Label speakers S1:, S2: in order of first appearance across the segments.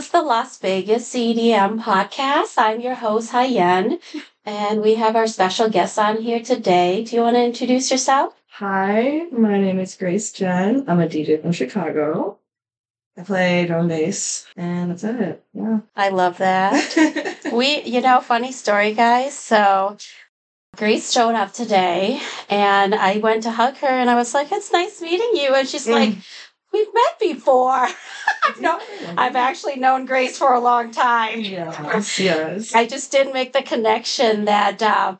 S1: is the Las Vegas CDM podcast. I'm your host, Hyen, and we have our special guest on here today. Do you want to introduce yourself?
S2: Hi, my name is Grace Jen. I'm a DJ from Chicago. I play drum bass, and that's it. Yeah.
S1: I love that. we, you know, funny story, guys. So Grace showed up today, and I went to hug her, and I was like, "It's nice meeting you," and she's like,
S2: Mm.
S1: "We've met before." I've known, I've actually known Grace for a long time.
S2: Yes, yes.
S1: I just didn't make the connection that uh,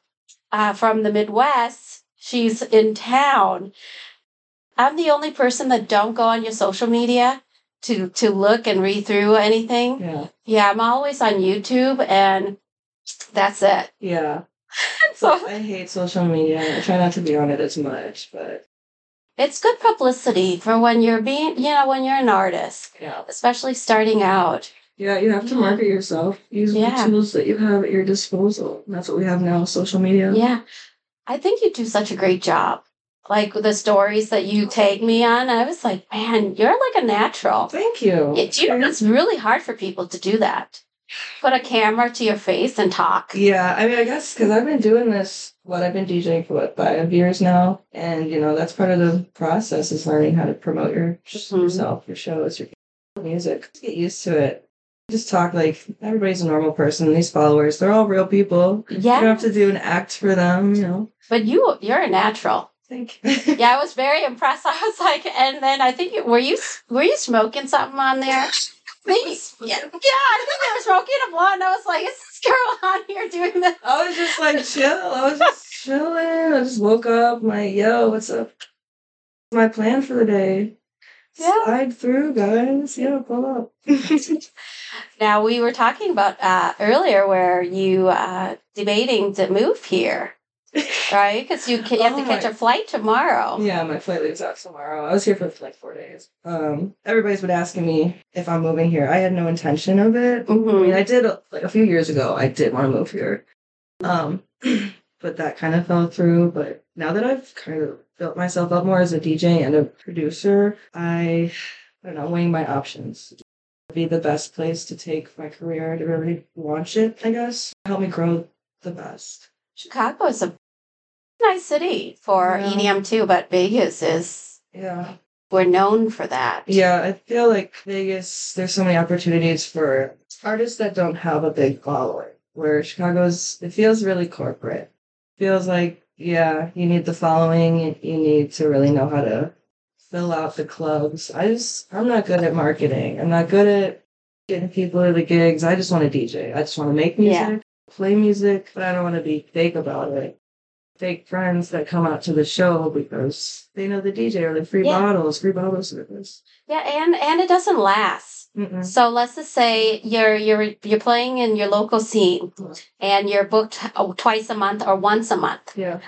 S1: uh, from the Midwest, she's in town. I'm the only person that don't go on your social media to to look and read through anything.
S2: yeah.
S1: Yeah, I'm always on YouTube, and that's it.
S2: Yeah.
S1: so
S2: I hate social media. I try not to be on it as much, but
S1: it's good publicity for when you're being, you know, when you're an artist,
S2: yeah.
S1: especially starting out.
S2: Yeah, you have to
S1: Yeah.
S2: market yourself. Use
S1: Yeah.
S2: the tools that you have at your disposal. And that's what we have now, social media.
S1: Yeah, I think you do such a great job. Like the stories that you take me on, I was like, man, you're like a natural.
S2: Thank you.
S1: It, you know, it's really hard for people to do that. Put a camera to your face and talk.
S2: Yeah, I mean, I guess because I've been doing this, what I've been DJing for what five years now, and you know that's part of the process is learning how to promote your
S1: Mhm.
S2: yourself, your shows, your music. Just get used to it. Just talk like everybody's a normal person. These followers, they're all real people. You
S1: Yeah,
S2: don't have to do an act for them. You know.
S1: but you you're a natural.
S2: Thank you.
S1: Yeah, I was very impressed. I was like, and then I think you, were you were you smoking something on there? Maybe, yeah, yeah, I think they were smoking a blunt. I was like, is this girl on here doing this?
S2: I was just like chill. I was just chilling. I just woke up. My yo, what's up? My plan for the day.
S1: Yeah.
S2: Slide through, guys. Yeah, pull up.
S1: Now we were talking about uh, earlier where you uh, debating to move here, right? Because you, can, you have
S2: Oh
S1: to catch
S2: my-
S1: a flight tomorrow.
S2: Yeah, my flight leaves out tomorrow. I was here for like four days. Um, everybody's been asking me if I'm moving here. I had no intention of it. I
S1: Mhm.
S2: mean, I did like a few years ago. I did want to move here, um, but that kind of fell through. But now that I've kind of built myself up more as a DJ and a producer, I, I don't know, weighing my options. Be the best place to take my career to really launch it. I guess help me grow the best.
S1: Chicago is a nice city for
S2: Yeah.
S1: EDM too, but Vegas is
S2: Yeah.
S1: we're known for that.
S2: Yeah, I feel like Vegas, there's so many opportunities for artists that don't have a big following. Where Chicago's, it feels really corporate. Feels like, yeah, you need the following. You need to really know how to fill out the clubs. I just, I'm not good at marketing. I'm not good at getting people to the gigs. I just want to DJ. I just want to make music,
S1: Yeah.
S2: play music, but I don't want to be fake about it. Fake friends that come out to the show because they know the DJ or the free
S1: Yeah.
S2: bottles, free bottle service.
S1: Yeah, and and it doesn't last.
S2: Mm-mm.
S1: So let's just say you're you're you're playing in your local scene, and you're booked uh, twice a month or once a month.
S2: Yeah,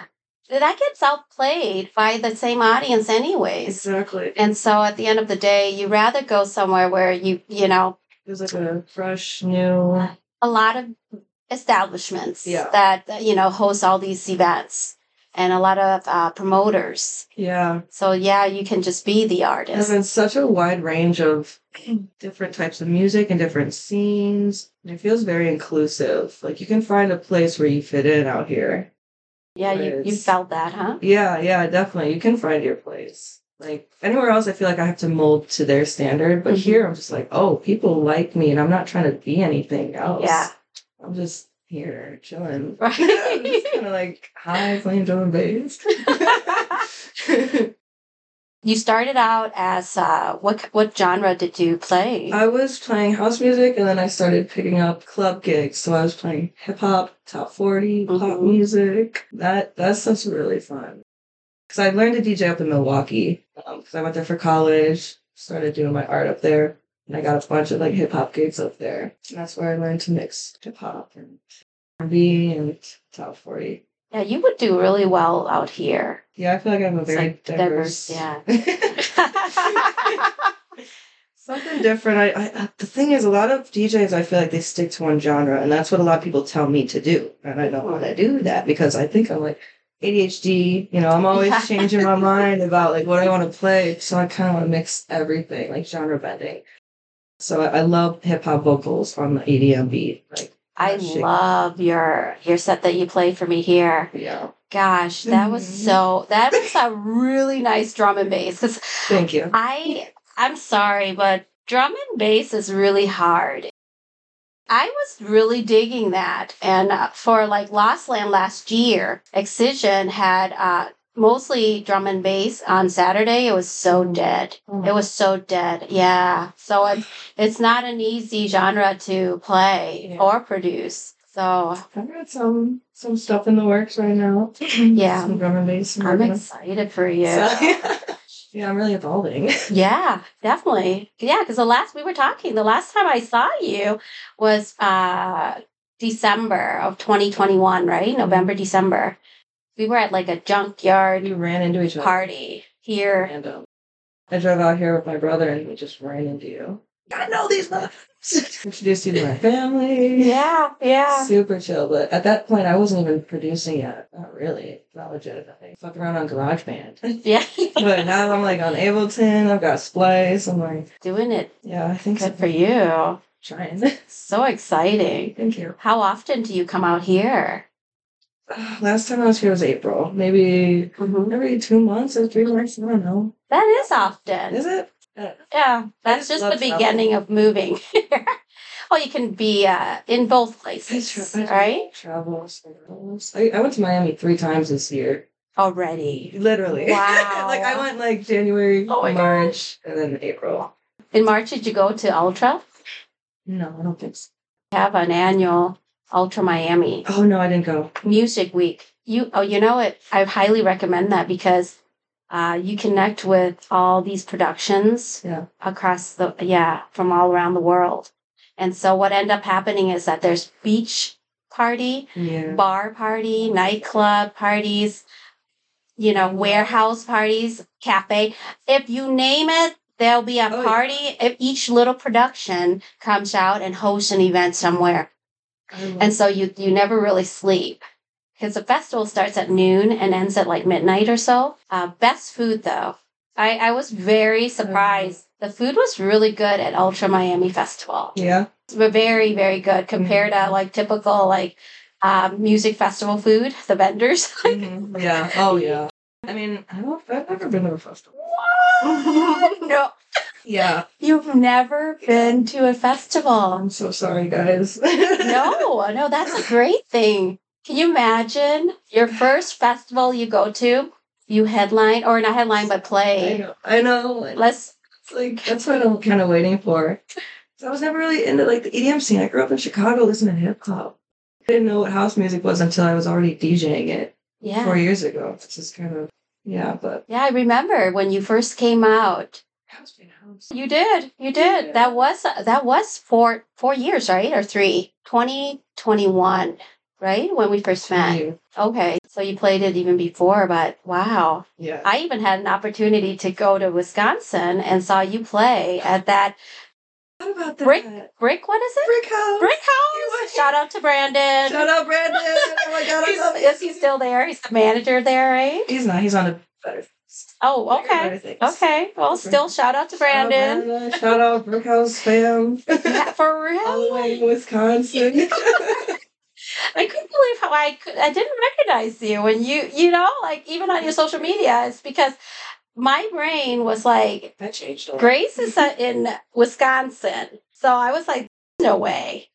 S1: That gets outplayed by the same audience, anyways.
S2: exactly.
S1: And so at the end of the day, you rather go somewhere where you, you know,
S2: There's like a fresh new.
S1: a lot of establishments
S2: Yeah.
S1: that, uh, you know, host all these events and a lot of uh, promoters.
S2: Yeah,
S1: So, yeah, you can just be the
S2: there's
S1: artist.
S2: been such a wide range of different types of music and different scenes. and It feels very inclusive. Like you can find a place where you fit in out here.
S1: Yeah, you, you
S2: Yes.
S1: felt that, huh?
S2: Yeah, yeah, definitely. You can find your place. Like anywhere else, I feel like I have to mold to their standard. But
S1: Mhm.
S2: here, I'm just like, oh, people like me, and I'm not trying to be anything else.
S1: Yeah.
S2: I'm just here chilling. I'm
S1: Right.
S2: just kind of like, hi, playing drum and bass.
S1: you started out as uh, what what genre did you play?
S2: I was playing house music and then I started picking up club gigs. So I was playing hip hop, top 40, pop
S1: Mhm.
S2: music. That that stuff's really fun. Cause I learned to DJ up in Milwaukee. Um, 'cause I went there for college, started doing my art up there, and I got a bunch of like hip hop gigs up there. And that's where I learned to mix hip hop and R&B and top 40.
S1: yeah, you would do really well out here.
S2: Yeah, I feel like I'm a
S1: It's
S2: very
S1: like
S2: diverse.
S1: diverse, yeah.
S2: Something different. I, I uh, the thing is, a lot of DJs, I feel like they stick to one genre, and that's what a lot of people tell me to do. And I don't want to do that because I think I'm like ADHD. You know, I'm always changing my mind about like what I want to play. So I kind of want to mix everything, like genre bending. So I, I love hip hop vocals on the EDM beat. Like
S1: I
S2: Shake.
S1: love your your set that you played for me here.
S2: yeah,
S1: Gosh, that was
S2: Mhm.
S1: so that was a really nice drum and bass. 'Cause
S2: thank you.
S1: I I'm sorry, but drum and bass is really hard. I was really digging that, and uh, for like Lost Land last year, Excision had uh, mostly drum and bass on Saturday. It was so dead.
S2: Oh
S1: It was so dead. Yeah. So it's it's not an easy genre to play
S2: Yeah.
S1: or produce. So
S2: I've got some some stuff in the works right now.
S1: Yeah.
S2: some drum and bass. I'm
S1: I'm
S2: working on.
S1: excited for you.
S2: Mm-hmm. So- yeah, I'm really evolving.
S1: Yeah, definitely. Yeah, because the last we were talking, the last time I saw you was uh December of 2021, right? November, December. We were at like a junkyard
S2: We ran into each other.
S1: party here.
S2: And um, I drove out here with my brother, and we just ran into you. I know these motherfuckers. Introduced you to my family.
S1: Yeah, yeah.
S2: Super chill, but at that point I wasn't even producing yet. Not really. Not legit. I think. Fucked around on GarageBand.
S1: Yeah.
S2: but now I'm like on Ableton, I've got Splice. I'm like,
S1: Doing it
S2: yeah, I think
S1: good
S2: so.
S1: for you.
S2: Trying.
S1: So exciting.
S2: Thank you.
S1: How often do you come out here?
S2: Uh, Last time I was here was April. Maybe
S1: Mhm.
S2: every two months or three months. I don't know.
S1: That is often.
S2: Is it? Uh,
S1: Yeah, that's
S2: just
S1: just
S2: love
S1: the
S2: travel.
S1: beginning of moving. well, you can be uh, in both
S2: I
S1: places,
S2: tra- I
S1: right?
S2: Travel. travels. I, I went to Miami three times this year.
S1: Already.
S2: Literally.
S1: Wow.
S2: like I went like January,
S1: Oh my
S2: March, and then April.
S1: In March, did you go to Ultra?
S2: No, I don't think so.
S1: Have an annual Ultra Miami
S2: Oh no, I didn't go.
S1: Music Week. You oh, you know it. I highly recommend that because uh, you connect with all these productions
S2: Yeah.
S1: across the yeah from all around the world. And so what end up happening is that there's beach party
S2: Yeah.
S1: bar party, nightclub parties, you know, warehouse parties, cafe. If you name it, there'll be a
S2: Oh, yeah.
S1: party. If each little production comes out and hosts an event somewhere, and so you you never really sleep because the festival starts at noon and ends at like midnight or so. Uh, best food though. I, I was very
S2: Mm-hmm.
S1: surprised. The food was really good at Ultra Miami Festival
S2: yeah.
S1: were very very good compared to like typical like um, music festival food the vendors
S2: Mhm. Yeah. Oh yeah. I mean, I don't, I've never been to a festival.
S1: what no
S2: Yeah.
S1: you've never been to a festival
S2: I'm so sorry, guys.
S1: no no that's a great thing can you imagine your first festival you go to you headline or not headline but
S2: I
S1: play
S2: know. I know. and
S1: let's
S2: It's like that's what I'm kind of waiting for. 'Cause I was never really into like the EDM scene. I grew up in Chicago listening to hip hop. I didn't know what house music was until I was already DJing it
S1: yeah
S2: four years ago. It's just kind of yeah, but
S1: yeah i remember when you first came out
S2: house being house.
S1: you did you did
S2: Yeah.
S1: that was that was four four years right or three 2021 right when we first met
S2: You-
S1: Okay, so you played it even before, but wow.
S2: Yeah.
S1: I even had an opportunity to go to Wisconsin and saw you play at that
S2: What about that?
S1: Brick- brick, what is it?
S2: Brick house.
S1: Brick House! Shout out to Brandon.
S2: Shut up, Brandon. Oh my god, I
S1: He's-
S2: love
S1: is
S2: it.
S1: he still there? He's the manager there, right?
S2: He's not. He's on a better.
S1: Oh, okay.
S2: better things.
S1: Okay, well, still shout out to Brandon.
S2: Shout out Brickhouse fam.
S1: Yeah, for real.
S2: All the way in Wisconsin.
S1: I couldn't believe how I could, I didn't recognize you when you, you know, like even on your social media, it's because my brain was like,
S2: that changed a lot.
S1: Grace is uh, in Wisconsin. So I was like, no way.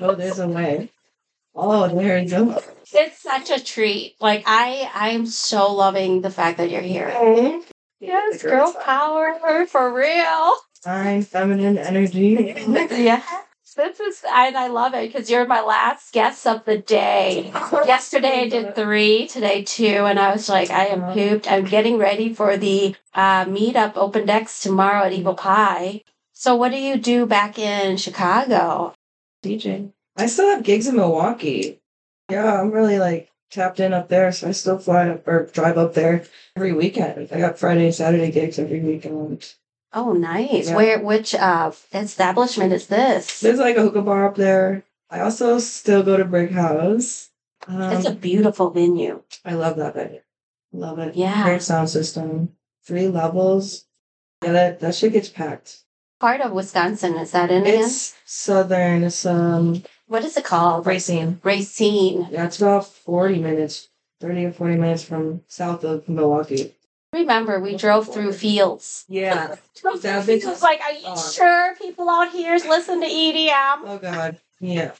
S2: Oh, there's a way. Oh, there you go.
S1: It's such a treat. Like I I am so loving the fact that you're here. Yes,
S2: The
S1: girl
S2: girls.
S1: power for real.
S2: Fine, feminine energy.
S1: yeah. This is and I love it because you're my last guest of the day. Yesterday I did three, today two, and I was like, I am pooped. I'm getting ready for the uh, meetup open decks tomorrow at Eagle Pie. So what do you do back in Chicago?
S2: DJ. I still have gigs in Milwaukee. Yeah, I'm really like tapped in up there, so I still fly up or drive up there every weekend. I got Friday, Saturday gigs every weekend.
S1: Oh, nice.
S2: Yeah.
S1: Where, which uh, establishment is this?
S2: There's like a hookah bar up there. I also still go to Brick House. Um,
S1: it's a beautiful venue.
S2: I love that venue. Love it.
S1: Yeah.
S2: Great sound system. Three levels. Yeah, that, that shit gets packed.
S1: part of Wisconsin is that in again?
S2: It's southern. It's um
S1: What is it called?
S2: Racine.
S1: Racine.
S2: Yeah, it's about forty minutes, thirty or forty minutes from south of Milwaukee.
S1: Remember, we drove through fields.
S2: Yeah.
S1: Drove through
S2: That big-
S1: fields, like, are you
S2: Oh.
S1: sure people out here listen to E EDM?
S2: oh God. Yeah.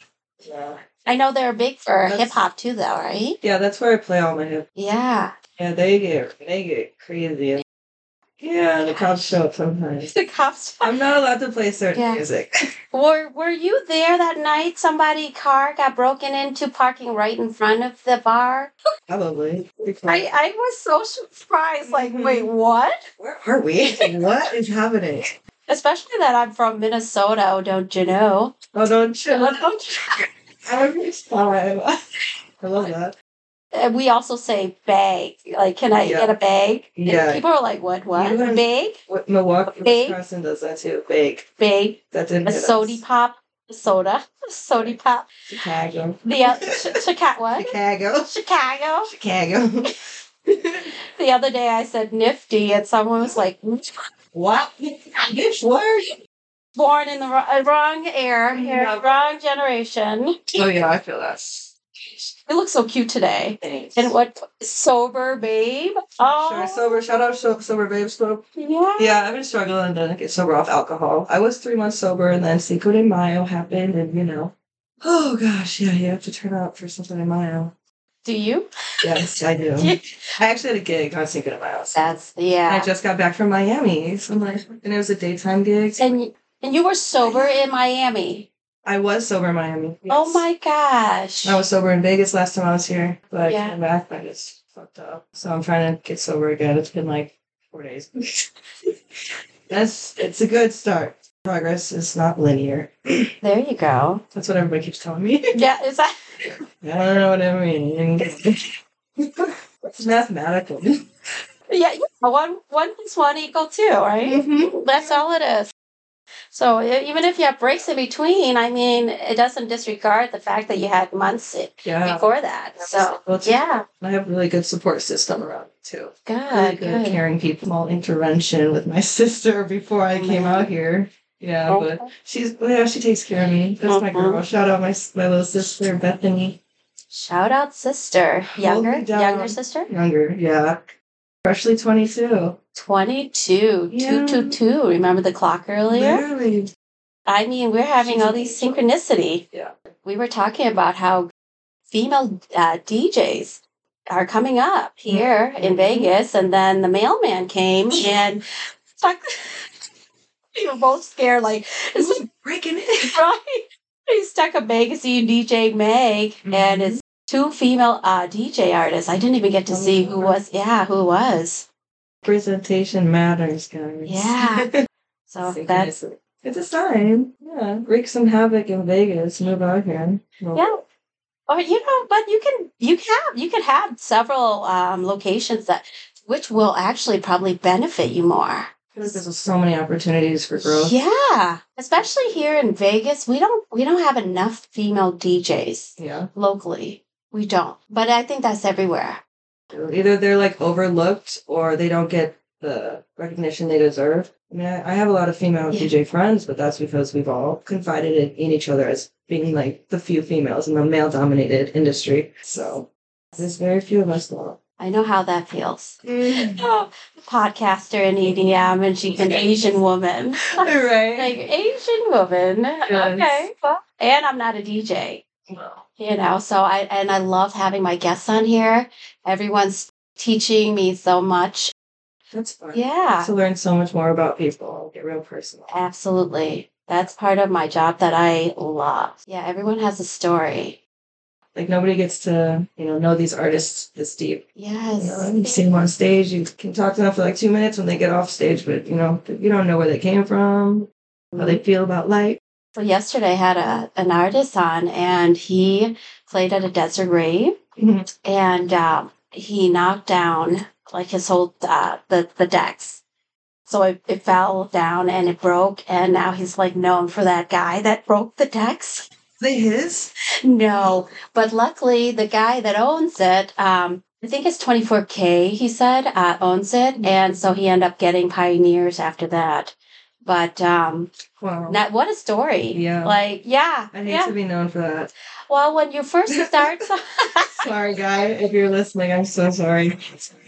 S2: Yeah.
S1: I know they're big for
S2: That's-
S1: hip hop too, though, right?
S2: Yeah, that's where I play all my hip.
S1: Yeah.
S2: Yeah, they get they get crazy. Yeah, the cops show up sometimes.
S1: The cops.
S2: I'm not allowed to play certain
S1: Yeah.
S2: music.
S1: Were Were you there that night? Somebody' car got broken into, parking right in front of the bar.
S2: Probably.
S1: I I was so surprised. Like,
S2: Mhm.
S1: wait, what?
S2: Where are we? what is happening?
S1: Especially that I'm from Minnesota. oh, Don't you know?
S2: Oh, don't you?
S1: Don't you-
S2: Every time. I love that.
S1: And we also say bag. Like, can I
S2: Yeah.
S1: get a bag? And
S2: Yeah.
S1: people are like, what, what?
S2: You guys-
S1: bag?
S2: What Milwaukee,
S1: Bake.
S2: Wisconsin does that too. Bake.
S1: Bag.
S2: That didn't
S1: A
S2: hit us.
S1: sody pop. A soda. A sody pop.
S2: Chicago.
S1: The uh, ch- Chicago. What?
S2: Chicago.
S1: Chicago.
S2: Chicago.
S1: The other day I said nifty and someone was like,
S2: what? This word?
S1: born in the wrong, uh, wrong era, here,
S2: Yeah.
S1: wrong generation.
S2: Oh yeah, I feel that.
S1: You look so cute today.
S2: Thanks.
S1: And what? Sober babe. Oh.
S2: Sure, sober. Shout out, so, sober babe. Sober.
S1: Yeah.
S2: Yeah, I've been struggling to get sober off alcohol. I was three months sober, and then Cinco de Mayo happened, and you know, oh gosh, yeah, you have to turn out for something in Mayo.
S1: Do you?
S2: Yes, I do.
S1: Yeah.
S2: I actually had a gig on Cinco de Mayo. So.
S1: That's, yeah.
S2: And I just got back from Miami, so I'm like, and it was a daytime gig.
S1: and, y- and you were sober in Miami.
S2: I was sober in Miami.
S1: Oh
S2: yes.
S1: my gosh.
S2: I was sober in Vegas last time I was here, but
S1: Yeah.
S2: I came back and I just fucked up. So I'm trying to get sober again. It's been like four days. That's it's a good start. Progress is not linear.
S1: there you go.
S2: That's what everybody keeps telling me.
S1: Yeah, is that
S2: I don't know what I mean. it's mathematical.
S1: yeah, you know, one one plus one equal two, right? That's all it is. So e- even if you have breaks in between, I mean, it doesn't disregard the fact that you had months i-
S2: Yeah.
S1: before that. So
S2: Well, it's-
S1: yeah,
S2: I have a really good support system around me too. Really
S1: good,
S2: good
S1: good.
S2: caring people. Small intervention with my sister before I
S1: Oh,
S2: came out here. Yeah, but She's yeah, she takes care of me. That's my
S1: Mhm.
S2: girl. Shout out my my little sister Bethany.
S1: Shout out, sister, younger,
S2: me down.
S1: younger sister,
S2: Younger, yeah. Freshly twenty two.
S1: twenty two, two
S2: Yeah.
S1: two two. Remember the clock earlier?
S2: Literally.
S1: I mean, we're having
S2: She's
S1: all
S2: an
S1: these
S2: angel.
S1: synchronicity.
S2: Yeah.
S1: We were talking about how female uh, DJs are coming up here in
S2: Mhm.
S1: Vegas, and then the mailman came and fuck, we were both scared. Like, is this
S2: breaking it.
S1: right? He stuck a magazine DJ Meg, and
S2: Mhm.
S1: it's two female uh, DJ artists. I didn't even get to see who was. Yeah, who was.
S2: Presentation matters, guys.
S1: Yeah. So that's
S2: Synchronicity. it's a sign. Yeah. Wreak some havoc in Vegas. Move out here. Well,
S1: Yeah. Or you know, but you can you can have you can have several um, locations that which will actually probably benefit you more.
S2: I feel like there's so many opportunities for growth.
S1: Yeah, especially here in Vegas, we don't we don't have enough female DJs
S2: Yeah.
S1: locally. We don't, but I think that's everywhere.
S2: Either they're like overlooked or they don't get the recognition they deserve. I mean, I, I have a lot of female
S1: Yeah.
S2: DJ friends, but that's because we've all confided in, in each other as being like the few females in the male dominated industry. So there's very few of us now.
S1: I know how that feels. Oh, podcaster in EDM, and she's an Asian woman. Like
S2: right.
S1: Asian woman. Okay, well, and I'm not a DJ. you know so i and i love having my guests on here everyone's teaching me so much
S2: That's fun.
S1: yeah
S2: To learn so much more about people, get real personal.
S1: absolutely that's part of my job that i love yeah everyone has a story
S2: Like nobody gets to, you know, know these artists this deep. You know, you
S1: yes
S2: see them on stage, you can talk to them for like two minutes when they get off stage, but you know, you don't know where they came from, how they feel about life.
S1: so yesterday I had a an artist on and he played at a desert rave and um, he knocked down like his whole uh, the the decks. So it, it fell down and it broke, and now he's like known for that guy that broke the decks.
S2: They his?
S1: No, but luckily the guy that owns it, um, I think it's
S2: Mm-hmm.
S1: 24K, he said, uh, owns it. And so he ended up getting pioneers after that. But um,
S2: Wow.
S1: not, what a story.
S2: Yeah.
S1: Like, yeah.
S2: I hate
S1: yeah.
S2: to be known for that.
S1: Well, when you first start,
S2: Sorry, guy. If you're listening, I'm so sorry.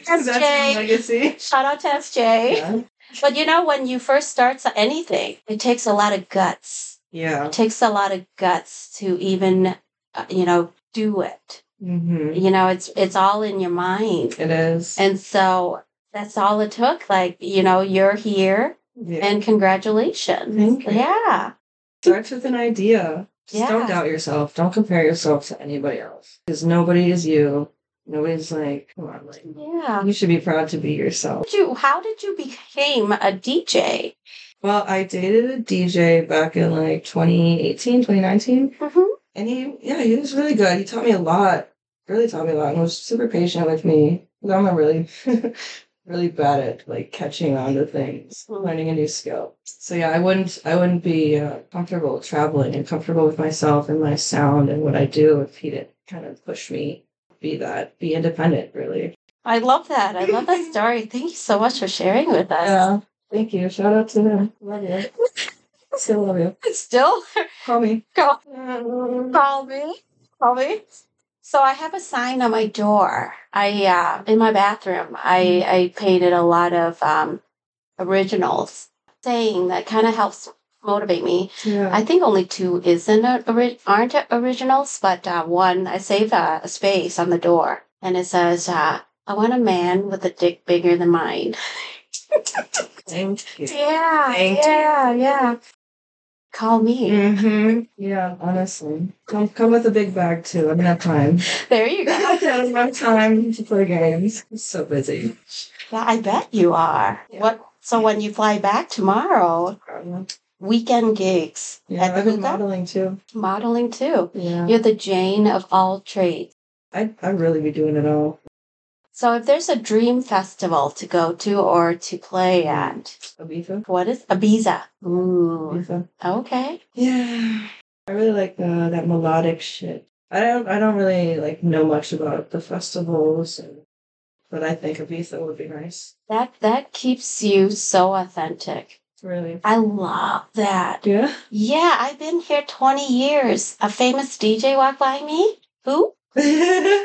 S2: That's my
S1: Jay.
S2: legacy.
S1: shout out to FJ.
S2: Yeah.
S1: But you know, when you first start so- anything, it takes a lot of guts.
S2: yeah.
S1: It takes a lot of guts to even, uh, you know, do it.
S2: Mm-hmm.
S1: You know, it's it's all in your mind,
S2: It is.
S1: and so that's all it took. Like you know, you're here,
S2: Yeah.
S1: and congratulations.
S2: Thank you.
S1: Yeah,
S2: Starts with an idea. Just
S1: Yeah.
S2: don't doubt yourself. Don't compare yourself to anybody else. Because nobody is you. Nobody's like, come on, like,
S1: yeah.
S2: you should be proud to be yourself.
S1: Did you, how did you became a DJ?
S2: Well, I dated a DJ back in like 2018, 2019.
S1: Mm-hmm.
S2: And he, yeah, he was really good. He taught me a lot, really taught me a lot, and was super patient with me. 'Cause I'm a really, really bad at like catching on to things, learning a new skill. So yeah, I wouldn't, I wouldn't be uh, comfortable traveling and comfortable with myself and my sound and what I do if he didn't kind of push me be that, be independent, really.
S1: I love that. I love that story. Thank you so much for sharing with us.
S2: Yeah. Thank you. Shout out to him. Love you. Still love you. Um,
S1: Still
S2: Call me.
S1: go
S2: Call.
S1: Call me. Call me. So I have a sign on my door. I uh, in my bathroom. I I painted a lot of um, originals, saying that kind of helps motivate me.
S2: Yeah.
S1: I think only two isn't a, ori- aren't originals, but uh, one I saved uh, a space on the door, and it says, uh, "I want a man with a dick bigger than mine."
S2: Thank you.
S1: yeah,
S2: Thank you.
S1: yeah, yeah. Mm. Call me.
S2: hmm Yeah, honestly. Come come with a big bag too. I don't have time.
S1: There you go.
S2: I don't have time to play games. I'm so busy.
S1: Yeah, I bet you are.
S2: Yeah.
S1: What? So when you fly back tomorrow,
S2: Yeah,
S1: weekend gigs at the
S2: I've been
S1: hookah?
S2: modeling too.
S1: modeling too.
S2: Yeah.
S1: You're the Jane of all trades.
S2: I I really be doing it all.
S1: So if there's a dream festival to go to or to play at,
S2: Ibiza.
S1: what is Ibiza? Ooh,
S2: Ibiza.
S1: okay.
S2: Yeah. I really like the, that melodic shit. I don't I don't really like know much about the festivals and but I think Ibiza would be nice.
S1: That that keeps you so authentic.
S2: Really.
S1: I love that.
S2: Yeah.
S1: Yeah, I've been here 20 years. A famous DJ walked by me. Who?
S2: yeah.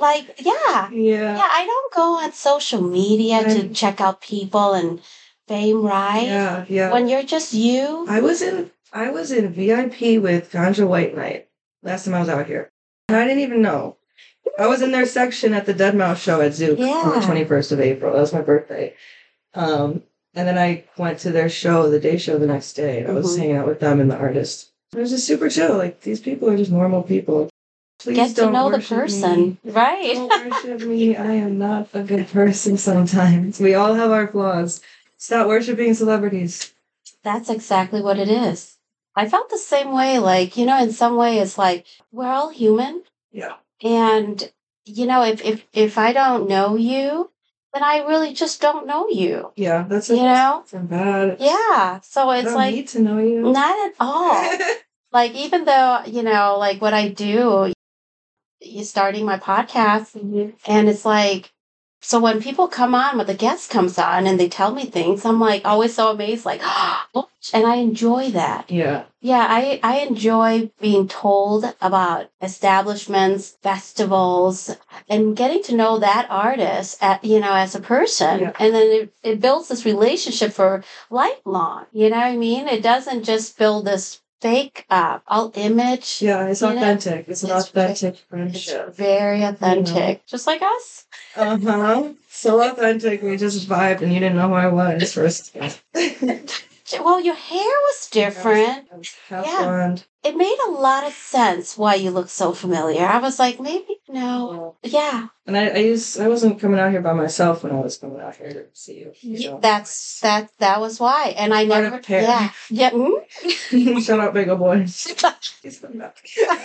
S1: Like, yeah. Yeah, I don't go on social media to
S2: Right.
S1: check out people and fame, right?
S2: Yeah. Yeah.
S1: When you're just you,
S2: I was in I was in VIP with Ganja White Knight last time I was out here. And I didn't even know. I was in their section at the Dead Mouse show at Zook on
S1: Yeah.
S2: the twenty first of April. That was my birthday. Um and then I went to their show, the day show the next day. and I was
S1: Mhm.
S2: hanging out with them and the artist. It was just super chill. Like these people are just normal people. Please
S1: get to
S2: don't
S1: know the
S2: worship
S1: person,
S2: Me.
S1: right?
S2: Don't worship me. I am not a good person sometimes. We all have our flaws. Stop worshiping celebrities.
S1: That's exactly what it is. I felt the same way. Like, you know, in some way, it's like we're all human.
S2: Yeah.
S1: And, you know, if, if, if I don't know you, then I really just don't know you,
S2: Yeah, that's
S1: you know?
S2: It's not bad.
S1: Yeah. So
S2: I
S1: it's
S2: don't
S1: like,
S2: need to know you.
S1: not at all. like even though you know like what i do you starting my podcast and it's like so when people come on when the guest comes on and they tell me things i'm like always so amazed like oh, and i enjoy that
S2: yeah.
S1: yeah i i enjoy being told about establishments festivals and getting to know that artist at, you know as a person
S2: Yeah.
S1: and then it, it builds this relationship for lifelong you know what i mean it doesn't just build this fake uh, all image
S2: Yeah, it's
S1: You know,
S2: authentic. It's an
S1: it's-
S2: authentic
S1: it's
S2: friendship.
S1: very authentic, just like us.
S2: Uh huh. So authentic. We just vibed and you didn't know who I was first.
S1: Well, your hair was different.
S2: I was half
S1: Yeah.
S2: blonde.
S1: It made a lot of sense why you look so familiar. I was like, maybe no, yeah,
S2: And I, I used I wasn't coming out here by myself when I was coming out here to see you. you
S1: Y-
S2: know.
S1: that's that. That was why, and I
S2: Part of
S1: never,
S2: the pair.
S1: yeah, yeah. mm.
S2: Shut up, big old boy. He's coming back.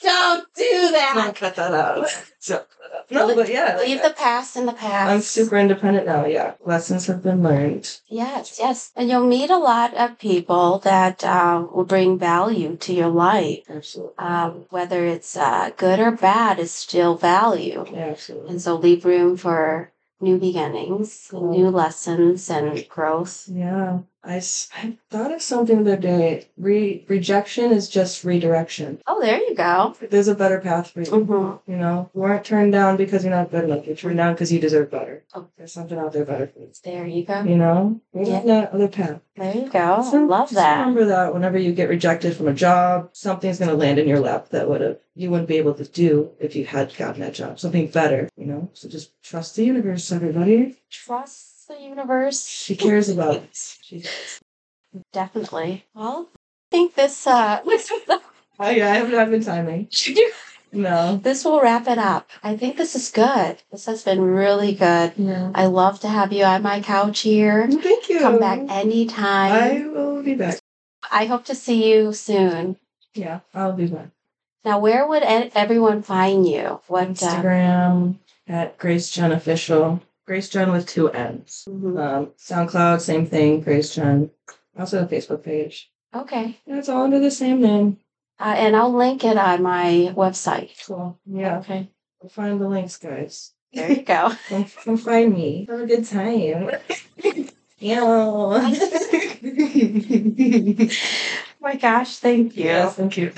S1: Don't do
S2: Don't
S1: that.
S2: cut that out. So, no, but yeah. like,
S1: Leave the past in the past.
S2: I'm super independent now. Yeah, lessons have been learned.
S1: Yes, yes, and you'll meet a lot of people that uh, will bring value to your life.
S2: Absolutely.
S1: um, whether it's uh, good or bad, is still value.
S2: Yeah, absolutely.
S1: And so leave room for new beginnings, new lessons, and growth.
S2: Yeah. I, s- I thought of something the other day. Re- rejection is just redirection.
S1: Oh, there you go.
S2: There's a better path for you.
S1: Mhm.
S2: You know, you weren't turned down because you're not good enough. You're turned down because you deserve better.
S1: Oh.
S2: There's something out there better for you.
S1: There you go.
S2: You know, there's
S1: Yeah.
S2: that other path.
S1: There you go.
S2: So
S1: Oh, Love
S2: just
S1: that.
S2: Remember that whenever you get rejected from a job, something's going to land in your lap that would have you wouldn't be able to do if you had gotten that job. Something better, you know. So just trust the universe, everybody.
S1: Trust the universe.
S2: She cares about us. She-
S1: Definitely. Well, I think this uh
S2: I, I haven't had been timing. No.
S1: this will wrap it up. I think this is good. This has been really good.
S2: Yeah.
S1: I love to have you on my couch here.
S2: Thank you.
S1: Come back anytime.
S2: I will be back.
S1: I hope to see you soon.
S2: Yeah, I'll be back.
S1: Now, where would e- everyone find you? What? Uh,
S2: Instagram at Grace Jen official. Grace Jen with two N's.
S1: mhm.
S2: Um, SoundCloud, same thing. Grace Jen. Also a Facebook page.
S1: okay.
S2: And it's all under the same name.
S1: Uh, and I'll link it on my website.
S2: Cool. Yeah.
S1: Okay.
S2: We'll find the links, guys.
S1: There you go.
S2: Come, come find me. Have a good time. Yo.
S1: Oh my gosh, thank you.
S2: yeah, thank you.